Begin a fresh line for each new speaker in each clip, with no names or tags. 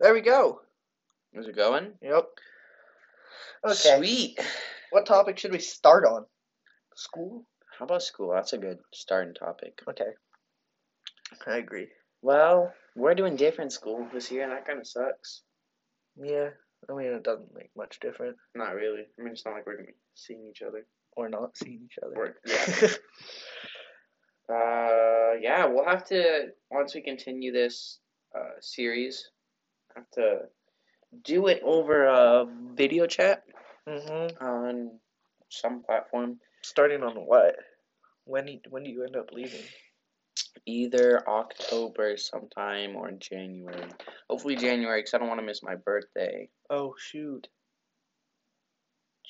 There we go.
Is it going?
Yep. Okay.
Sweet.
What topic should we start on? School?
How about school? That's a good starting topic.
Okay. I agree.
Well, we're doing different school this year, and that kind of sucks.
Yeah. I mean, it doesn't make much difference.
Not really. I mean, it's not like we're gonna be seeing each other.
Or not seeing each other.
Or- Uh, yeah, we'll have to once we continue this uh, series, have to do it over a video chat
mm-hmm.
on some platform,
Starting on what? When do- when do you end up leaving?
either October sometime or January. Hopefully January, because I don't want to miss my birthday.
Oh shoot.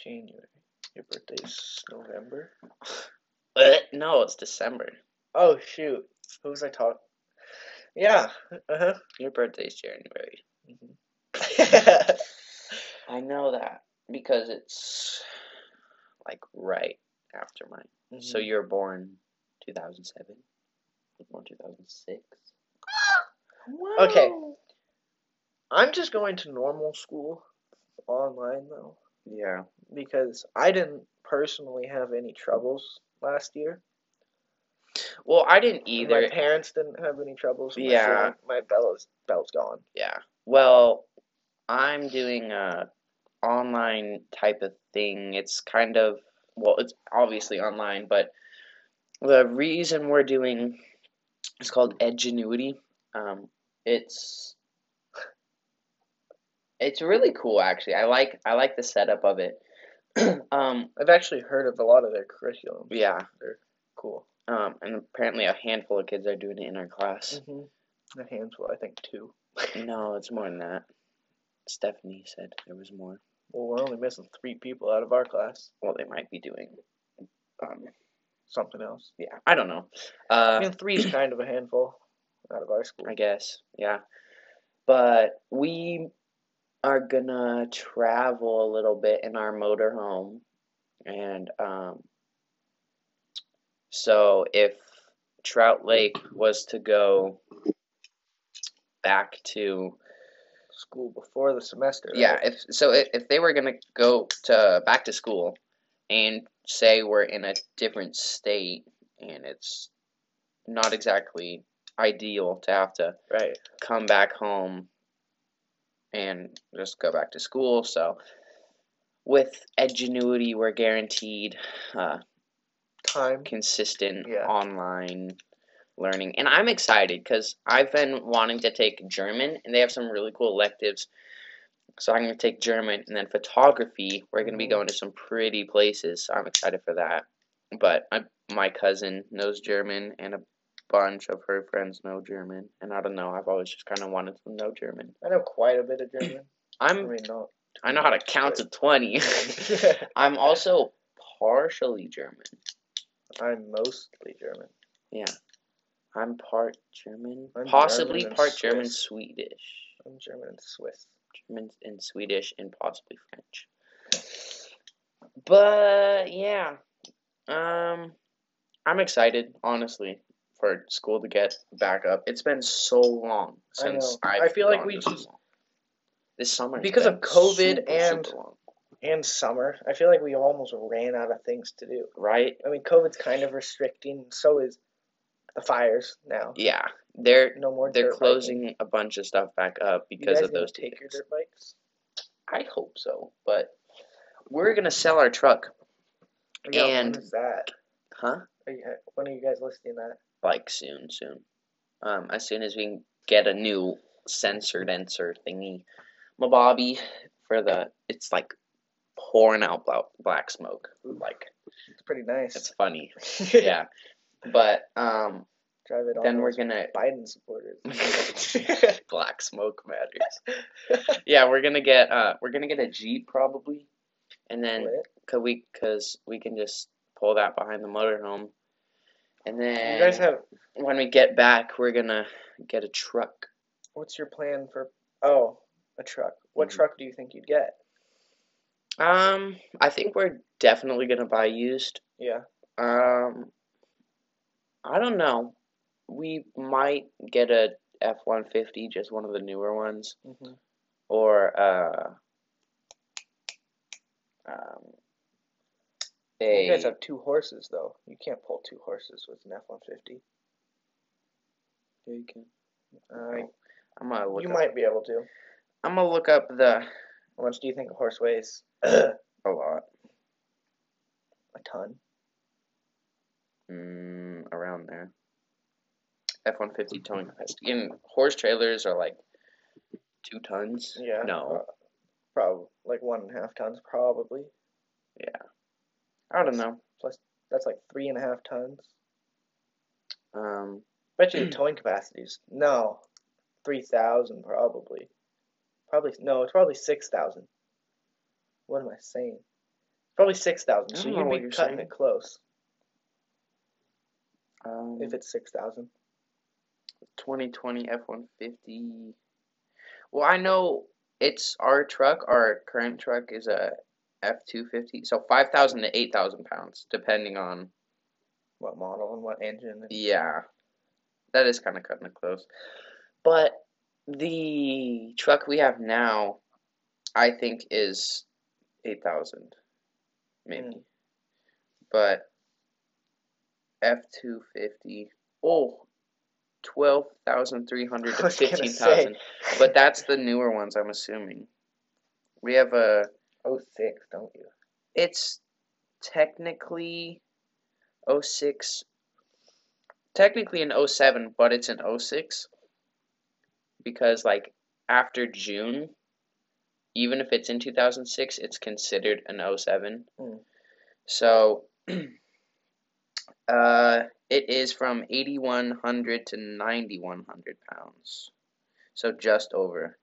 January. Your birthday's November.
But no, it's December.
Oh shoot. Who was I talking? Yeah. Uh
Your birthday's January.
Mm-hmm. huh.
I know that because it's like right after mine. So you were born 2007? Was born 2006?
Okay. I'm just going to normal school online though
Yeah.
because I didn't personally have any troubles last year.
Well, I didn't
and
either.
My parents didn't have any troubles. and my
Yeah.
sibling- My bell is bell's gone.
yeah. Well, I'm doing a online type of thing. It's kind of well, it's obviously online, but the reason we're doing it's called Edgenuity. Um, it's it's really cool actually. I like I like the setup of it. um,
I've actually heard of a lot of their curriculum.
yeah.
They're cool.
Um, and apparently a handful of kids are doing it in our class.
Mm-hmm. The handful, I think two.
No, it's more than that. Stephanie said there was more.
Well, we're only missing three people out of our class.
Well, they might be doing. Um,
Something else.
yeah, I don't know.
I
Uh,
mean, three's kind of a handful out of our school.
I guess, yeah. But we are gonna travel a little bit in our motorhome, and um, so if Trout Lake was to go back to
School before the semester.
Yeah,
right?
if so, if, if they were gonna go to back to school, and say we're in a different state, and it's not exactly ideal to have to
Right.
come back home and just go back to school. So, with Edgenuity, we're guaranteed uh,
Time.
consistent
Yeah.
online learning. And I'm excited because I've been wanting to take German, and they have some really cool electives. So I'm going to take German and then photography. We're going to be
Mhm.
going to some pretty places. So I'm excited for that. But I, my cousin knows German, and a bunch of her friends know German. And I don't know. I've always just kind of wanted to know German.
I know quite a bit of German. I
I'm
mean, not.
I know how to count to twenty. I'm also partially German.
I'm mostly German.
Yeah. I'm part German.
I'm
possibly
German and
part German
Swiss.
Swedish.
I'm German and Swiss.
German and Swedish and possibly French. But yeah. Um I'm excited, honestly, for school to get back up. It's been so long
I know.
since
I
I've
feel like
gone
we
to
just-
school. this summer has
because of
been
COVID
super,
and-
super long,
And summer. I feel like we almost ran out of things to do.
right?
I mean, COVID's kind of restricting. So is the fires now.
Yeah. They're
No more.
they're
dirt biking.
closing a bunch of stuff back up
You
because
guys
of
gonna
those two
Take your
things.
dirt bikes.
I hope so, but we're gonna sell our truck,
Yeah, when
And-
is that?
huh?
Are you, when are you guys listing that?
Like soon, soon. Um, as soon as we can get a new sensor denser thingy, my Bobby, for the it's like pouring out bla- black smoke. Like
It's pretty nice.
it's funny, yeah. But um,
Drive it on.
then we're
those
gonna
Biden supporters.
black smoke matters. yeah, we're gonna get uh, we're gonna get a Jeep probably, and then
Lit.
Cause we, cause we can just pull that behind the motorhome, and then
You guys have.
when we get back, we're gonna get a truck.
What's your plan for? Oh, a truck. What
Mhm.
truck do you think you'd get?
Um, I think we're definitely gonna buy used.
Yeah.
Um, I don't know. We might get a F one fifty, just one of the newer ones,
Mhm.
or uh, um, a
You guys have two horses though. You can't pull two horses with an F one fifty.
Yeah, you can.
Uh,
I'm gonna look.
you
up,
might be able to.
I'm gonna look up the
How much do you think a horse weighs? a
a lot.
ton.
Mm, around there. F one fifty towing capacity. And horse trailers are like two tons.
Yeah.
No.
Uh, probably like one and a half tons, probably.
uh, I don't know.
That's like three and a half tons.
Um
Bet you the towing capacities. No, three thousand probably. Probably no. It's probably six thousand. What am I saying? Probably six thousand.
I
So
don't know
you'd
what
be
you're
cutting
saying.
it close
um
if it's six thousand.
twenty twenty F one fifty Well I know it's our truck, our current truck is a F two fifty. So five thousand to eight thousand pounds, depending on
What model and what engine? and-
Yeah. That is kind of cutting it close. But the truck we have now, I think, is 8,000, maybe.
Mm.
But F250, oh, 12,300
I
to
was gonna say.
15,000. But that's the newer ones, I'm assuming. We have a,
Oh six, don't you?
it's technically 06 technically an 07 but it's an 06 because like after june even if it's in 2006 it's considered an 07
Mm.
so uh it is from 8100 to 9100 pounds so just over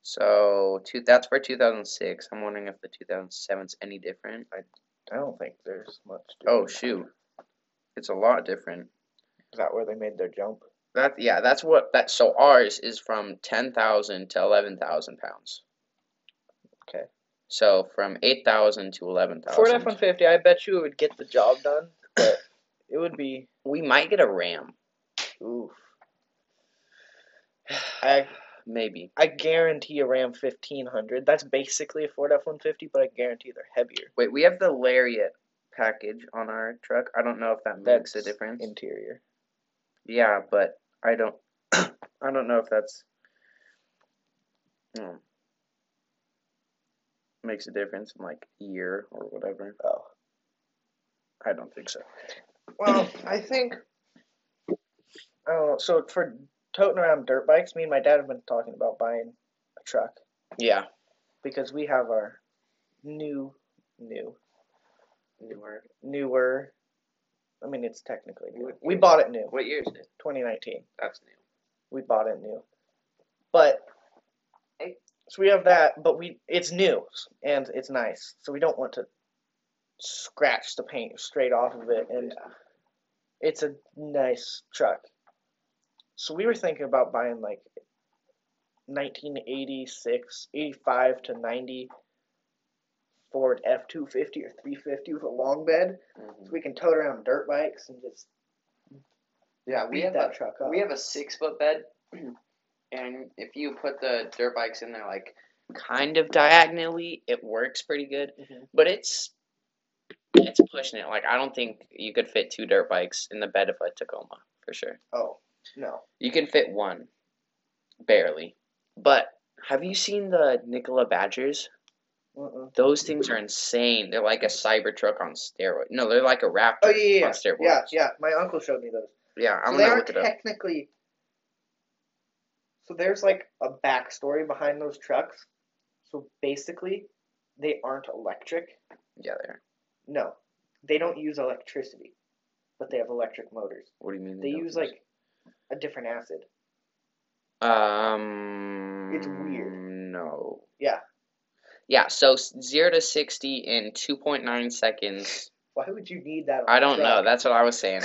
so two, that's for 2006 i'm wondering if the 2007's any different
I don't think there's much.
Oh
difference.
shoot. It's a lot different.
Is that where they made their jump?
That yeah, that's what that so ours is from ten thousand to eleven thousand pounds.
Okay.
So from eight thousand to eleven
Ford F one
thousand.
fifty. I bet you it would get the job done, but it would be
We might get a Ram.
oof. I
Maybe.
I guarantee a Ram fifteen hundred. That's basically a Ford F one fifty, but I guarantee they're heavier.
Wait, we have the Lariat package on our truck. I don't know if that makes a
That's
difference.
Interior.
Yeah, but I don't I don't know if that's Hmm. makes a difference in like a year or whatever.
Oh.
I don't think so.
Well, I think. I don't know. So for toting around dirt bikes, me and my dad have been talking about buying a truck
Yeah.
because we have our new, new,
Newer.
newer. I mean, it's technically new.
What
We
year?
bought it new,
What year is it?
2019.
That's new.
We bought it new, but so we have that. But we it's new and it's nice, so we don't want to scratch the paint straight off of it and it's a nice truck. So we were thinking about buying like 1986, 85 to 90 Ford F250 or 350 with a long bed.
Mm-hmm.
So we can tote around dirt bikes and just
Yeah, we
beat
have
that
a
truck up.
we have a six foot bed, and if you put the dirt bikes in there like kind of diagonally, it works pretty good.
Mhm.
But it's it's pushing it. Like I don't think you could fit two dirt bikes in the bed of a Tacoma for sure.
Oh, no.
You can fit one, barely. But have you seen the Nikola Badgers?
Mm-mm.
Those things are insane. They're like a cyber truck on steroids. No, they're like a Raptor
Oh, yeah,
on
yeah, yeah.
steroids.
Yeah, yeah. My uncle showed me those.
Yeah, I'm
so they
gonna
are
look it up.
technically. So there's like a backstory behind those trucks. So basically, they aren't electric.
Yeah, there.
No, they don't use electricity, but they have electric motors.
What do you mean?
They
don't
use like a different acid.
Um.
It's weird.
No.
Yeah.
Yeah. So s- zero to sixty in two point nine seconds.
Why would you need that? On
I
a
don't know.
truck?
That's what I was saying.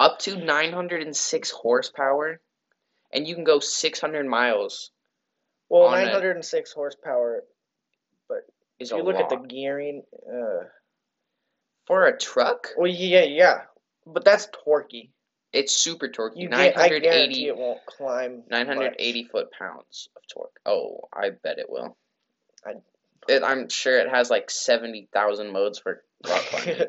Up to nine hundred and six horsepower, and you can go six hundred miles.
well,
On it.
906 horsepower.
Is
If you
a
look
lot.
at the gearing. Uh,
for a truck.
well, yeah, yeah, but that's torquey.
It's super torquey.
You
Nine
get, I
hundred
guarantee
eighty.
it won't climb. much.
980 foot pounds of torque. Oh, I bet it will.
I-
It, I'm sure it has like 70,000 modes for rock climbing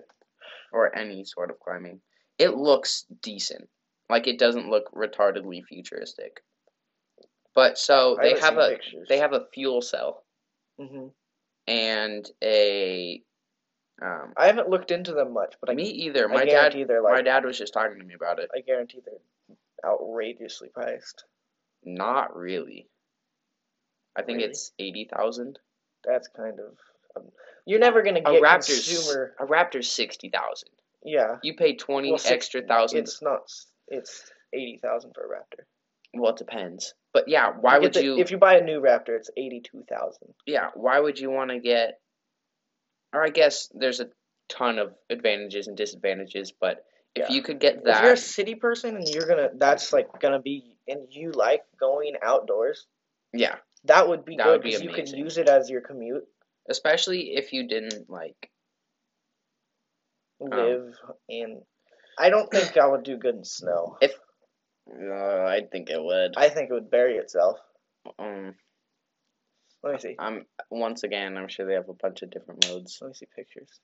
or any sort of climbing. It looks decent. Like it doesn't look retardedly futuristic. But so
I
they
haven't
have
seen
a
pictures.
they have mm-hmm. a fuel cell
Mhm.
and a um
I haven't looked into them much, but I,
me either.
I
My dad
guarantee they're
my
like
dad was just talking to me about it.
I guarantee they're outrageously priced.
Not really. I think
Really?
it's 80,000.
That's kind of um, you're never gonna
a
get
Raptor's
consumer.
a Raptor's sixty thousand.
Yeah,
You pay twenty
Well, six-
extra thousand.
it's not. It's eighty thousand for a Raptor.
Well, it depends. But yeah, why
You get
would
the-
you?
If you buy a new Raptor, it's eighty-two thousand.
Yeah, why would you want to get? Or I guess there's a ton of advantages and disadvantages, but if
Yeah.
you could get
If you're a
that,
city person and you're gonna, that's like gonna be, and you like going outdoors,
yeah,
that would be
That
good
would be
because you could
amazing.
use it as your commute,
especially if you didn't like. Oh.
live in. I don't think I would do good in snow.
Uh, I think it would.
I think it would bury itself.
Um,
Let me see.
I'm once again. I'm sure they have a bunch of different modes.
Let me see pictures.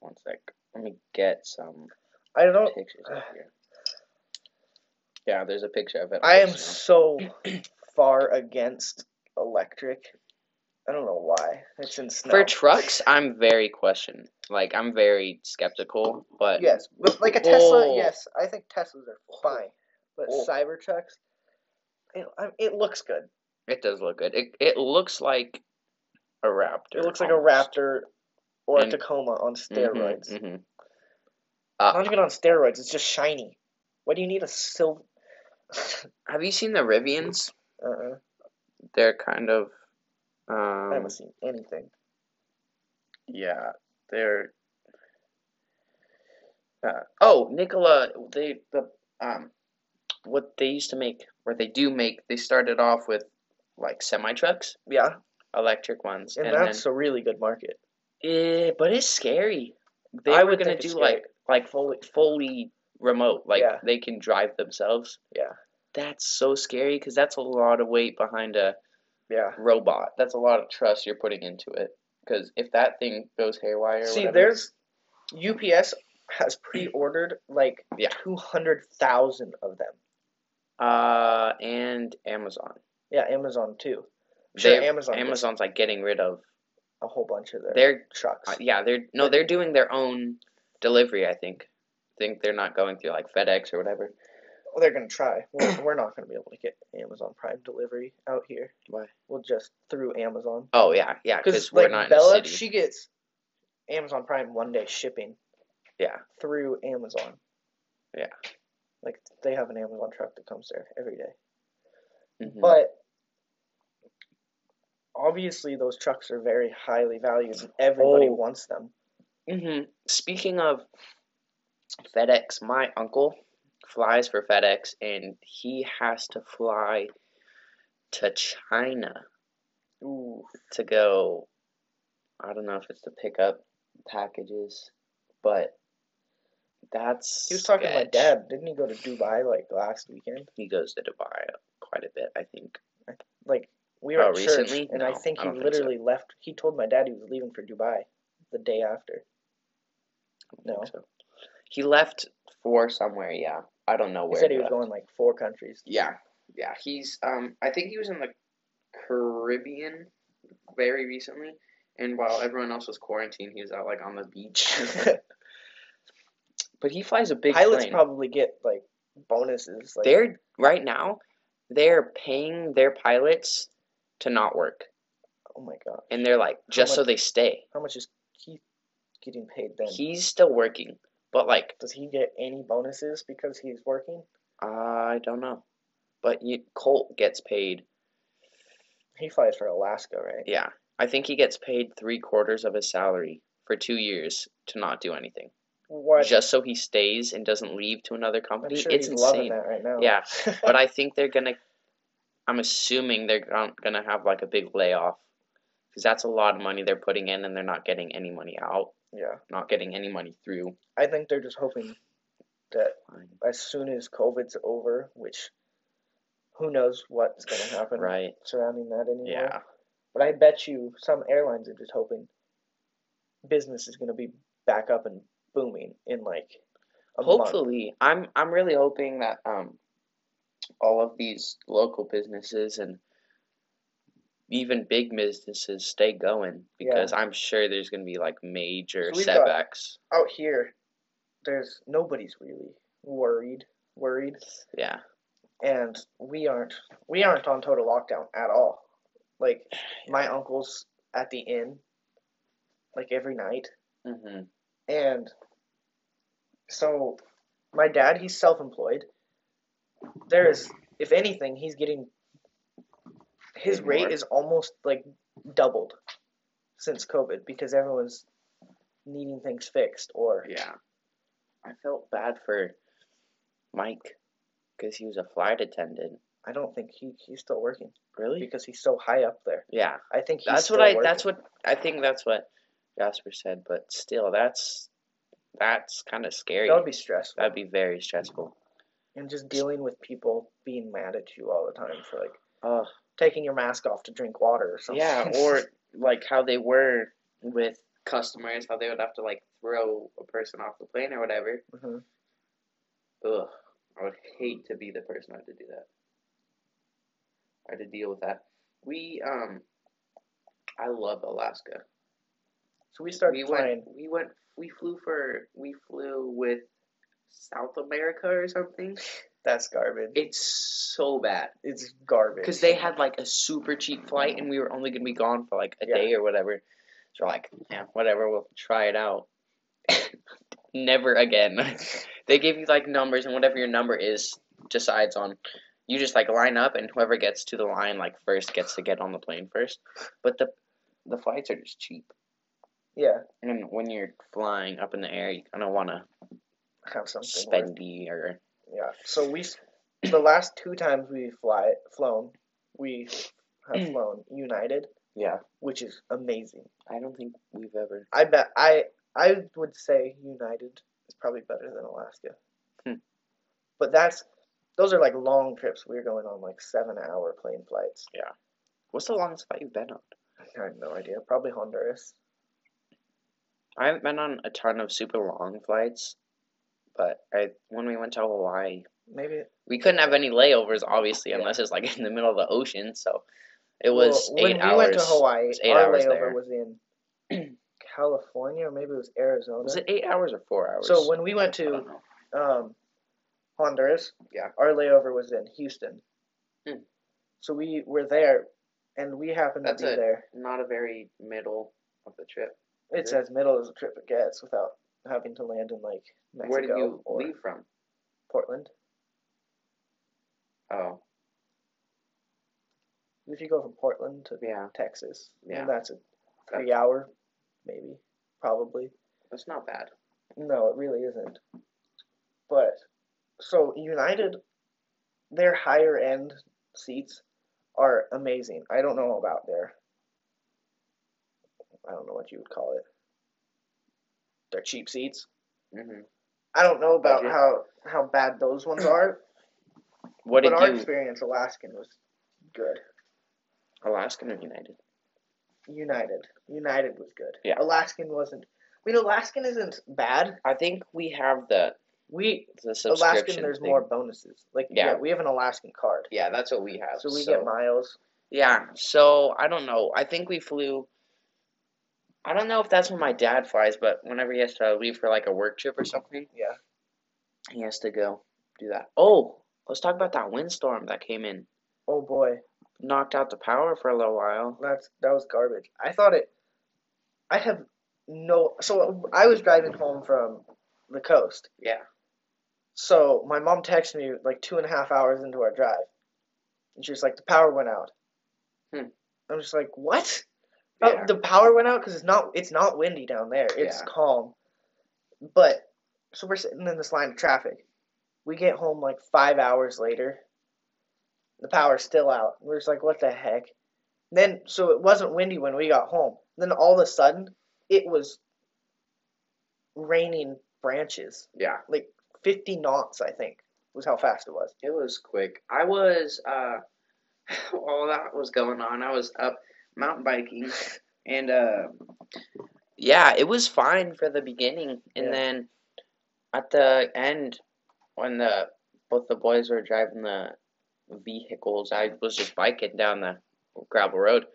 One sec. Let me get some
I don't.
pictures up here. Yeah, there's a picture of it.
I am
also.
so far against electric. I don't know why. It's in snow.
For trucks, I'm very question. Like I'm very skeptical, but
Yes, with like a Tesla.
Oh.
Yes, I think Teslas are fine, but
Oh.
Cybertrucks, it, I, it looks good.
it does look good. It it looks like a raptor.
It looks like a
almost. Mm.
Raptor or
And-
a Tacoma on
Mhm,
steroids.
mhm. Uh,
Not even on steroids. It's just shiny. Why do you need a silver?
Have you seen the Rivians?
uh-uh.
They're kind of
I
um
haven't seen anything.
yeah, they're uh, oh, Nicola, they the um what they used to make or they do make, they started off with like semi trucks,
Yeah,
electric ones,
and,
and then
that's a really good market.
Yeah, but it's scary. They
I
were
would
gonna
think it's
do like like fully fully remote, like
Yeah.
they can drive themselves.
Yeah.
That's so scary because that's a lot of weight behind a
Yeah.
robot. That's a lot of trust you're putting into it. Because if that thing goes haywire, or
See,
whatever,
there's UPS has pre-ordered like
Yeah.
two hundred thousand of them.
uh, and Amazon.
Yeah, Amazon too. Sure,
They're-
Amazon gets
Amazon's like getting rid of
a whole bunch of their
their.
trucks.
uh, yeah, they're no, they're doing their own delivery. I think. I think they're not going through like FedEx or whatever.
Well, Oh, they're gonna try. We're, we're not gonna be able to get Amazon Prime delivery out here.
Why?
We'll just through Amazon.
Oh yeah, yeah, because
Because
we're
like
not
Bella,
in the city.
she gets Amazon Prime one day shipping
yeah.
through Amazon.
Yeah.
Like they have an Amazon truck that comes there every day.
mhm.
But obviously those trucks are very highly valued and everybody
Oh.
wants them.
hmm Speaking of FedEx, my uncle flies for FedEx and he has to fly to China
Ooh.
to go. I don't know if it's to pick up packages, but that's.
He was talking to my
sketch.
dad. Didn't he go to Dubai like last weekend?
He goes to Dubai quite a bit, I think.
Like we were
Oh,
at church,
recently?
and I
No,
think
I
he
don't think so.
literally left. He told my dad he was leaving for Dubai the day after.
I
No,
think so. He left for somewhere, yeah. I don't know
he
where.
said he was
left.
going like four countries.
Yeah, yeah. He's um I think he was in the Caribbean very recently, and while everyone else was quarantined, he was out like on the beach. but he flies a big
Pilots
plane.
probably get like bonuses. Like
They're right now, they're paying their pilots to not work,
oh my god,
and they're like just so
much-
they stay.
how much is Keith getting paid then?
He's still working, but like uh,
Does he get any bonuses because he's working?
I don't know. But you, Colt gets paid.
He flies for Alaska, right?
Yeah, I think he gets paid three quarters of his salary for two years to not do anything.
What?
just so he stays and doesn't leave to another
I'm
company.
sure
it's
he's loving
insane.
that right now.
Yeah, but I think they're gonna. I'm assuming they're gon- gonna have like a big layoff because that's a lot of money they're putting in, and they're not getting any money out,
yeah.
not getting any money through.
I think they're just hoping that
Fine.
as soon as COVID's over, which who knows what's going to happen
Right.
surrounding that anymore.
Yeah.
But I bet you some airlines are just hoping business is going to be back up and booming in like a month.
Hopefully, I'm I'm really hoping that um all of these local businesses and even big businesses stay going because I'm sure there's going to be like major
So we've got-
setbacks.
Out here, there's nobody's really worried, worried,
Yeah.
and we aren't. We aren't on total lockdown at all. Like my uncle's at the inn, like every night.
hmm
And so my dad, he's self-employed. There is, if anything, he's getting his
Paid
rate
more.
is almost like doubled since COVID because everyone's needing things fixed or
Yeah. I felt bad for Mike because he was a flight attendant.
I don't think he, he's still working
Really?
because he's so high up there.
Yeah.
I think he's
That's what
still
I
working.
that's what I think that's what Jasper said, but still that's that's kind of scary.
that would be stressful.
That'd be very stressful.
and just dealing with people being mad at you all the time for like
Oh,
taking your mask off to drink water or something.
yeah, or like how they were with customers, how they would have to like throw a person off the plane or whatever.
Mhm.
Ugh, I would hate to be the person who had to do that or to deal with that. We um, I love Alaska.
so we started
we
flying.
went, we went, we flew for, we flew with South America or something.
That's garbage.
It's so bad.
It's garbage.
Because they had like a super cheap flight and we were only gonna be gone for like a
Yeah.
day or whatever. So we're like, yeah, whatever, we'll try it out. Never again. they give you like numbers and whatever your number is decides on. You just like line up and whoever gets to the line like first gets to get on the plane first. But the the flights are just cheap.
yeah,
And when you're flying up in the air, you kind of want to
have something. worth-
spendy or
Yeah. So we, s- the last two times we fly flown, we have
Mm.
flown United,
yeah.
which is amazing.
I don't think we've ever.
I bet I I would say United is probably better than Alaska.
Hmm.
But that's those are like long trips. We were going on like seven hour plane flights.
What's the longest flight you've been on?
I have no idea. Probably Honduras.
I haven't been on a ton of super long flights, but I when we went to Hawaii,
Maybe
we couldn't have any layovers, obviously,
Yeah.
unless it's like in the middle of the ocean. So it was
Well,
eight
when
hours.
we went to Hawaii.
was eight
our
hours
layover
there.
was in California, or maybe it was Arizona.
Was it eight hours or four hours?
So when we went to
I don't know.
um, Honduras,
Yeah.
our layover was in Houston.
Hmm.
So we were there, and we happened
That's
to be
it.
there.
not a very middle of the trip.
It's
Mhm.
as middle as a trip it gets without having to land in like Mexico
Where did you
or
leave from?
Portland.
Oh,
If you go from Portland to
yeah,
Texas,
Yeah.
then that's a
That's-
three-hour, maybe, probably.
that's not bad.
No, it really isn't. But so United, their higher end seats are amazing. I don't know about their, I don't know what you would call it. Their cheap seats.
hmm
I don't know about
Budget.
how how bad those ones are.
What
but
did
our
you?
experience Alaskan was good.
Alaskan or United?
United, United was good.
Yeah.
Alaskan wasn't. I mean, Alaskan isn't bad.
I think we have the
We
the subscription
Alaskan, there's
thing.
more bonuses. Like
Yeah.
yeah, we have an Alaskan card.
Yeah, that's what we have.
So we get miles.
Yeah, so I don't know. I think we flew. I don't know if that's when my dad flies, but whenever he has to leave for like a work trip or something,
Yeah.
he has to go do that. Oh, let's talk about that windstorm that came in,
Oh boy,
knocked out the power for a little while.
that's that was garbage. I thought it. I have no. So I was driving home from the coast.
Yeah.
So my mom texted me like two and a half hours into our drive, and she was like, "The power went out."
Hmm.
I was just like, "What? Oh,
Yeah.
the power went out because it's not it's not windy down there. It's
Yeah.
calm." But so we're sitting in this line of traffic. We get home like five hours later. The power's still out. We're just like, "What the heck?" Then so it wasn't windy when we got home. Then all of a sudden, it was raining branches
Yeah.
like 50 knots, I think, was how fast it was.
It was quick. I was uh while that was going on, I was up mountain biking and uh yeah, it was fine for the beginning and
Yeah.
then at the end when the both the boys were driving the vehicles, I was just biking down the gravel road.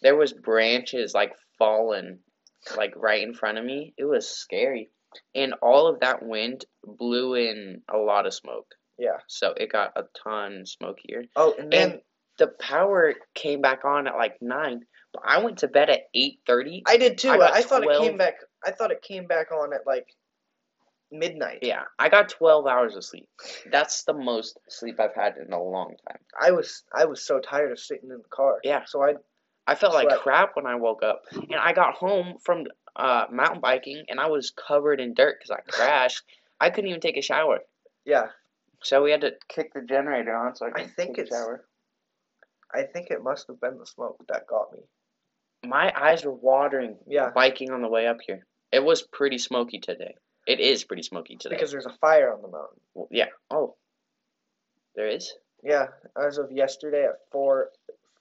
There was branches like falling like right in front of me. It was scary. And all of that wind blew in a lot of smoke
Yeah.
so it got a ton smokier.
Oh, and then
And- The power came back on at like nine, but I went to bed at eight thirty.
I did too.
I
I,
got
thought it
12.
came back. I thought it came back on at like midnight.
Yeah, I got twelve hours of sleep. That's the most sleep I've had in a long time.
I was I was so tired of sitting in the car.
Yeah.
So I
I felt like
Sweat.
crap when I woke up, and I got home from uh, mountain biking, and I was covered in dirt because I crashed. I couldn't even take a shower,
yeah.
so we had to kick the generator on. So I, could
think
take a
it's-
shower.
I think it must have been the smoke that got me.
My eyes were watering
Yeah.
biking on the way up here. It was pretty smoky today. It is pretty smoky today.
Because there's a fire on the mountain.
Well, yeah. Oh, there is.
Yeah. As of yesterday at four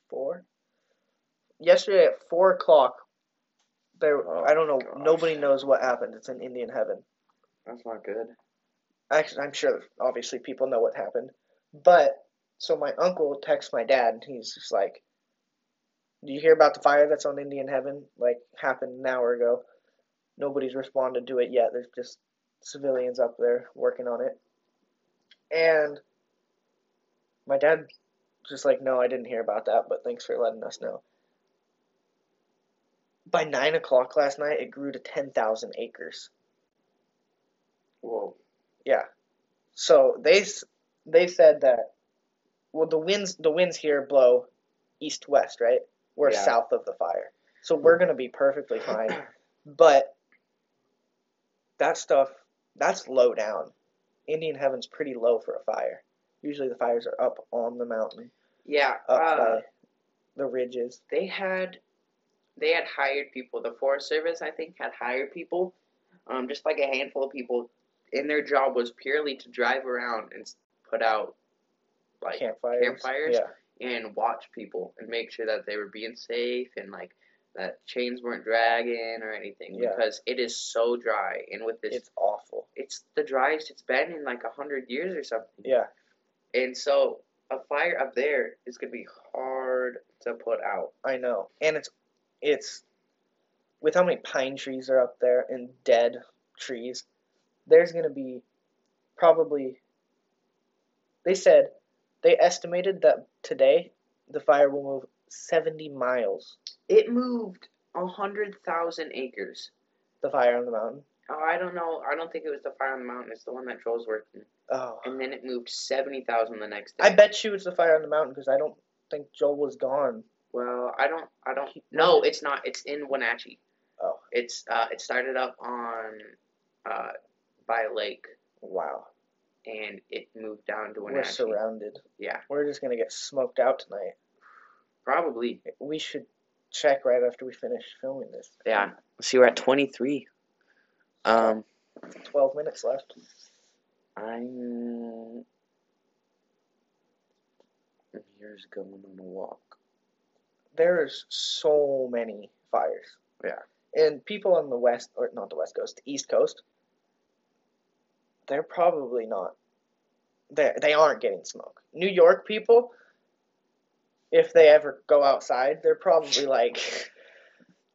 four. Yesterday at four o'clock. There.
Oh,
I don't know.
gosh.
Nobody knows what happened. It's in Indian heaven.
That's not good.
actually, I'm sure obviously people know what happened, but so my uncle texts my dad, and he's just like, "Do you hear about the fire that's on Indian Heaven? Like happened an hour ago. Nobody's responded to it yet. There's just civilians up there working on it." And my dad just like, "No, I didn't hear about that, but thanks for letting us know." By nine o'clock last night, it grew to ten thousand acres.
Whoa.
Yeah. So they s- they said that well the winds the winds here blow east west, right? We're
Yeah. Hmm.
south of the fire. So we're going to be perfectly fine. But that stuff that's low down. Indian heaven's pretty low for a fire. Usually the fires are up on the mountain,
Yeah.
up
Uh,
by the ridges.
they had, they had hired people. The Forest Service, I think, had hired people, um, just like a handful of people, and their job was purely to drive around and s- put out, like,
Campfires.
campfires?
Yeah.
and watch people and make sure that they were being safe and like that chains weren't dragging or anything
Yeah.
because it is so dry and with this
It's awful.
it's the driest it's been in like a hundred years or something.
Yeah.
And so a fire up there is gonna be hard to put out.
I know, and it's it's with how many pine trees are up there and dead trees. There's gonna be probably. They said they estimated that today the fire will move seventy miles.
It moved a hundred thousand acres.
The fire on the mountain.
Oh, I don't know. I don't think it was the fire on the mountain. It's the one that Joel's working.
Oh,
And then it moved seventy thousand the next day.
I bet you it's the fire on the mountain because I don't think Joel was gone.
Well, I don't. I don't.
Keep-
No, it's not. It's in Wenatchee.
Oh.
It's uh. It started up on, uh, by a lake,
Wow,
and it moved down to
we're
Wenatchee.
surrounded.
Yeah,
We're just gonna get smoked out tonight.
probably.
We should check right after we finish filming this.
Yeah. See, we're at twenty three. Um,
Twelve minutes left.
I'm. Here's going on a walk.
there's so many fires.
Yeah.
And people on the west or not the west coast, the east coast, they're probably not they they aren't getting smoke. New York people, if they ever go outside, they're probably like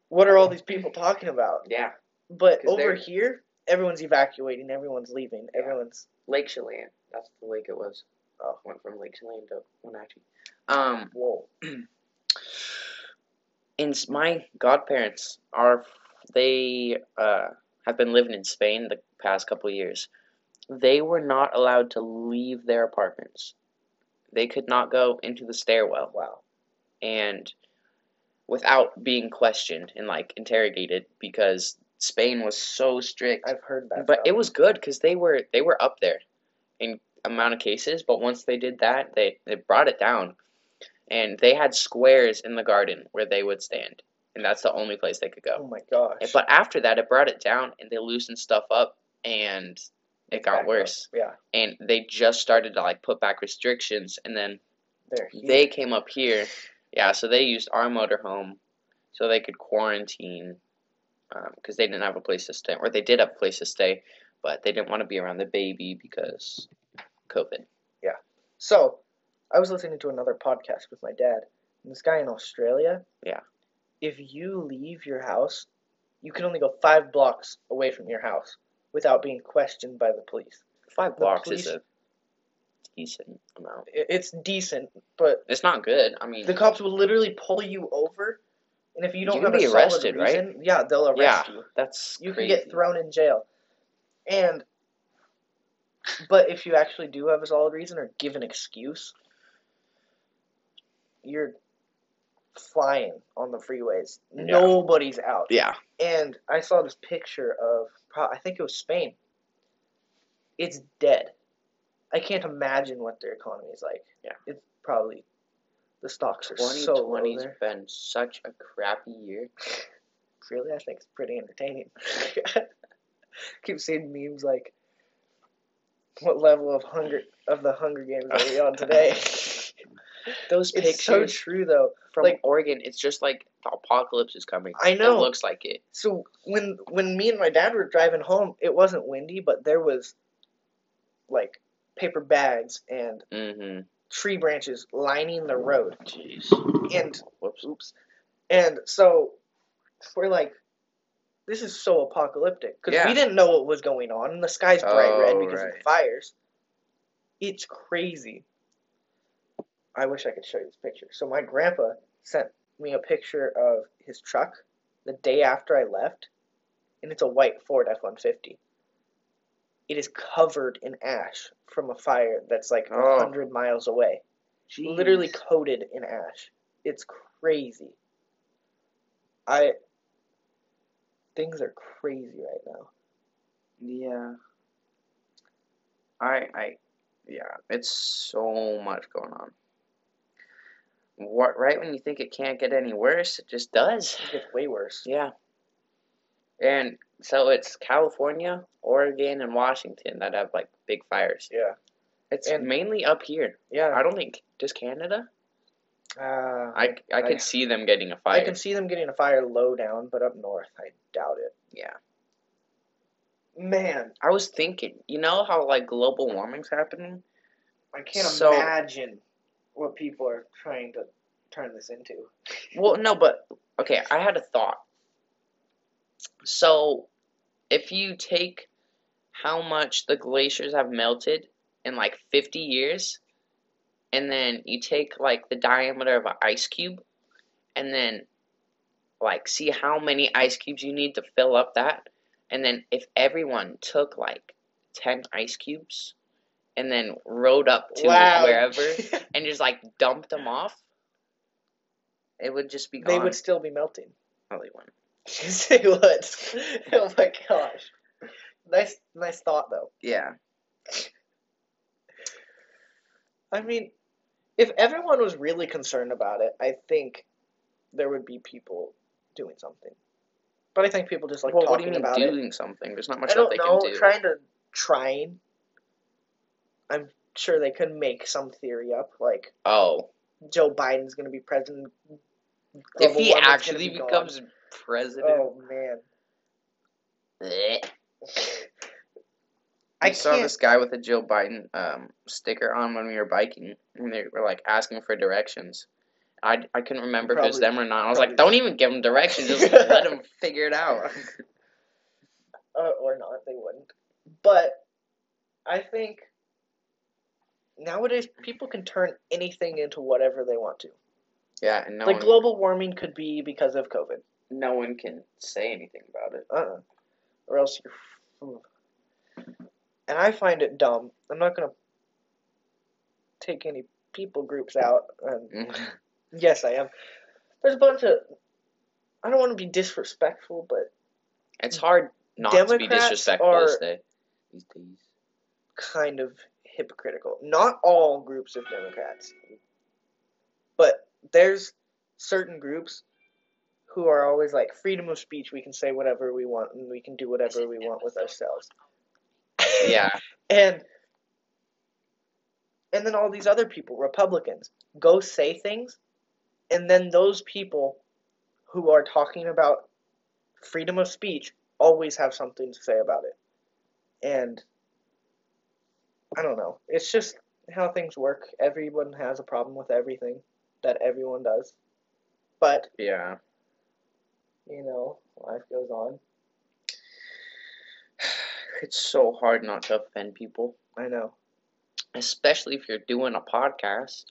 what are all these people talking about?
Yeah,
But
'Cause
over
they're-
here, everyone's evacuating, everyone's leaving,
Yeah.
everyone's
Lake Chelan. That's the lake it was.
Oh.
Went from Lake Chelan to Wenatchee. Um.
whoa.
and s- my godparents are they uh, have been living in Spain the past couple of years. They were not allowed to leave their apartments. They could not go into the stairwell
Wow.
and without being questioned and like interrogated because Spain was so strict.
I've heard that.
But it was good because they were they were up there in amount of cases. But once they did that, they they brought it down, and they had squares in the garden where they would stand, and that's the only place they could
Oh
go.
my gosh.
But after that, it brought it down, and they loosened stuff up, and it got
Back up.
worse.
Yeah,
And they just started to like put back restrictions, and then
they're
they came up here. Yeah, so they used our motorhome so they could quarantine because they didn't have a place to stay, or they did have a place to stay, but they didn't want to be around the baby because COVID.
So, I was listening to another podcast with my dad, and this guy in Australia.
Yeah.
If you leave your house, you can only go five blocks away from your house without being questioned by the police.
Five
The
blocks is
police-
a decent amount.
I- It's decent, but
It's not good. I mean,
the cops will literally pull you over, and if you don't
You can
have a
be
solid
arrested, right?
reason, yeah, they'll arrest
Yeah.
you.
that's
You
crazy.
can get thrown in jail. And but if you actually do have a solid reason or give an excuse, you're flying on the freeways.
Yeah.
Nobody's out.
Yeah,
And I saw this picture of pro- I think it was Spain. It's dead. I can't imagine what their economy is like.
Yeah.
It's probably the stocks are so low
2020's
there.
been such a crappy year.
Really, I think it's pretty entertaining. Keep seeing memes like, "What level of hunger of the Hunger Games are we on today?"
Those
it's
pictures
so true, though.
from
like-
Oregon, it's just like the apocalypse is coming.
I know.
It looks like it.
So when when me and my dad were driving home, it wasn't windy, but there was like paper bags and
Mm-hmm.
tree branches lining the road,
Jeez.
and
Whoops.
oops, and so we're like. This is so apocalyptic because
Yeah.
we didn't know what was going on, and the sky's bright red
Oh,
because of the
right.
fires. It's crazy. I wish I could show you this picture. So my grandpa sent me a picture of his truck the day after I left, and it's a white Ford F one fifty. It is covered in ash from a fire that's like a
Oh.
hundred miles away. Literally coated in ash. It's crazy. I things are crazy right now.
Yeah. I I yeah, it's so much going on. What right when you think it can't get any worse, it just does.
It gets way worse.
Yeah. And so it's California, Oregon, and Washington that have like big fires.
Yeah.
It's
And-
mainly up here. I
Yeah.
don't think just Canada.
Uh,
I, I
I-
could see them getting a
I
fire.
can see them getting a fire low down, but up north, I doubt it.
Yeah.
Man,
I was thinking, you know how like global warming's happening?
I can't
So-
imagine what people are trying to turn this into.
Well, no, but okay, I had a thought. So, if you take how much the glaciers have melted in like 50 years, and then you take like the diameter of an ice cube, and then like see how many ice cubes you need to fill up that, and then if everyone took like 10 ice cubes and then rode up to wherever and just like dumped them off, it would just be gone.
they would still be melting.
Probably wouldn't.
they would. oh my gosh. Nice, nice thought though.
Yeah.
I mean, if everyone was really concerned about it, I think there would be people doing something. But I think people just like
well, what do
talking
you mean
about it.
doing something? There's not much
I don't
that they
know.
can do.
Trying to trying. I'm sure they could make some theory up, like
oh,
Joe Biden's going to be president.
if
global warming's
he
gonna
actually
be gone.
becomes president,
Oh man,
Blech.
I
I saw
can't-
this guy with a Joe Biden um, sticker on when we were biking, and they were like asking for directions. I, I couldn't remember if it was
Probably-
them or not. I was like,
probably-
don't even give him directions, just let him figure it out.
uh, or not they wouldn't. But I think nowadays people can turn anything into whatever they want to.
Yeah, and no
like
one,
global warming could be because of COVID.
no one can say anything about it.
uh Or else you're. f- And I find it dumb. I'm not going to take any people groups out. And yes, I am. There's a bunch of. I don't want to be disrespectful, but
It's hard not to be
Democrats
disrespectful
are-
this day. These days.
kind of hypocritical. Not all groups of Democrats, but there's certain groups who are always like freedom of speech. We can say whatever we want, and we can do whatever we want with ourselves.
yeah.
and and then all these other people, Republicans, go say things, and then those people who are talking about freedom of speech always have something to say about it. And I don't know. It's just how things work. Everyone has a problem with everything that everyone does. But,
Yeah.
you know, life goes on.
It's so hard not to offend people,
I know.
especially if you're doing a podcast.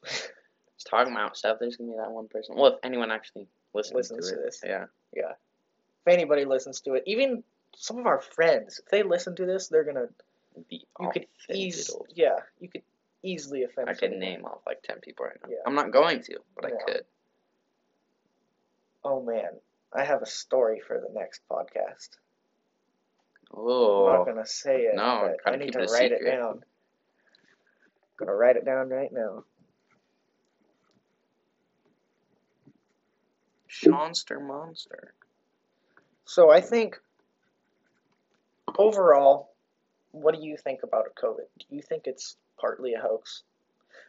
It's talking about stuff. There's gonna be that one person. Well, if anyone actually listens,
Listens
to,
to
it.
this.
yeah.
If anybody listens to it, even some of our friends, if they listen to this, they're going to
Be
You could
offended.
easily, yeah, you could easily offend.
I could
someone.
name off like ten people right now.
Yeah.
I'm not going to, but
No.
I could.
Oh man, I have a story for the next podcast. I'm not
Oh,
gonna say it.
No,
but
gotta
I need to
keep it a
write it
secret.
down. Gonna write it down right now.
Seanster Monster.
So I think overall, what do you think about COVID? Do you think it's partly a hoax?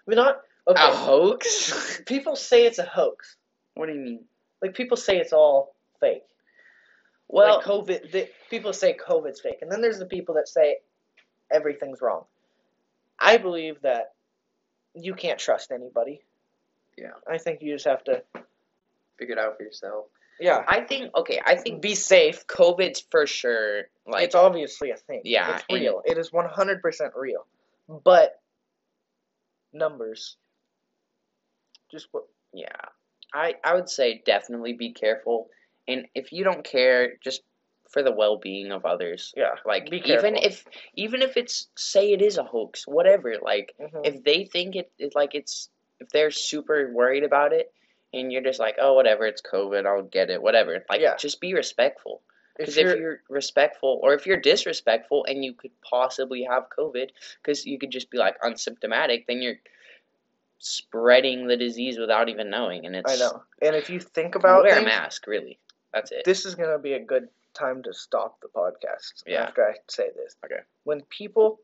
We're not okay.
A hoax?
People say it's a hoax.
what do you mean?
Like people say it's all fake.
Well,
like COVID, the, people say COVID's fake, and then there's the people that say everything's wrong. I believe that you can't trust anybody.
Yeah.
I think you just have to.
figure it out for yourself.
Yeah.
I think okay. I think be safe. COVID's for sure. Like
it's obviously a thing.
Yeah,
It's
and-
real. It is 100% real. But numbers. Just what.
Yeah. I I would say definitely be careful. And if you don't care, just for the well-being of others.
Yeah.
Like
Be careful.
even if even if it's say it is a hoax, whatever, like
Mhm.
if they think it, it like it's if they're super worried about it and you're just like, "Oh, whatever, it's COVID, I'll get it, whatever." Like
Yeah.
just be respectful.
If
Because if
you're,
you're respectful, or if you're disrespectful and you could possibly have COVID, because you could just be like unsymptomatic, then you're spreading the disease without even knowing. And it's
I know. And if you think about
wear a
things,
mask, really. That's it.
this is gonna be a good time to stop the podcast
Yeah.
after I say this.
Okay.
When people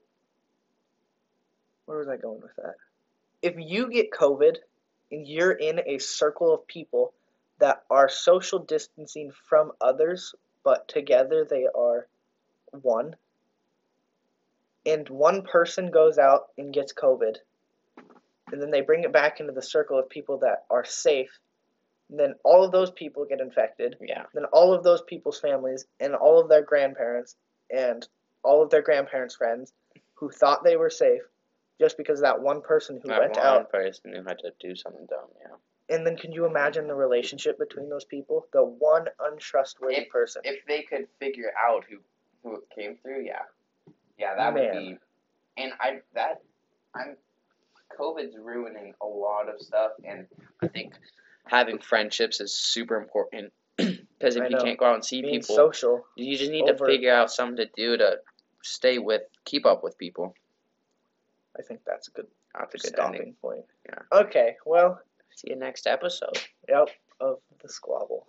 where was I going with that? If you get COVID and you're in a circle of people that are social distancing from others, but together they are one, and one person goes out and gets COVID, and then they bring it back into the circle of people that are safe, then all of those people get infected,
yeah,
then all of those people's families and all of their grandparents and all of their grandparents' friends who thought they were safe just because of that one person who
that
went
one
out.
person who had to do something dumb. Yeah.
And then can you imagine the relationship between those people? The one untrustworthy
If-
person.
If they could figure out who who it came through, yeah, yeah,
that would Man.
And I that I'm COVID's ruining a lot of stuff, and I think having friendships is super important because if
I
you
know.
can't go out and see
Being
people,
social.
you just need to
over-
figure out something to do to stay with, keep up with people.
I think that's a good,
That's a good
stopping
ending.
point.
Yeah.
Okay, well,
See you next episode.
yep, of the squabble.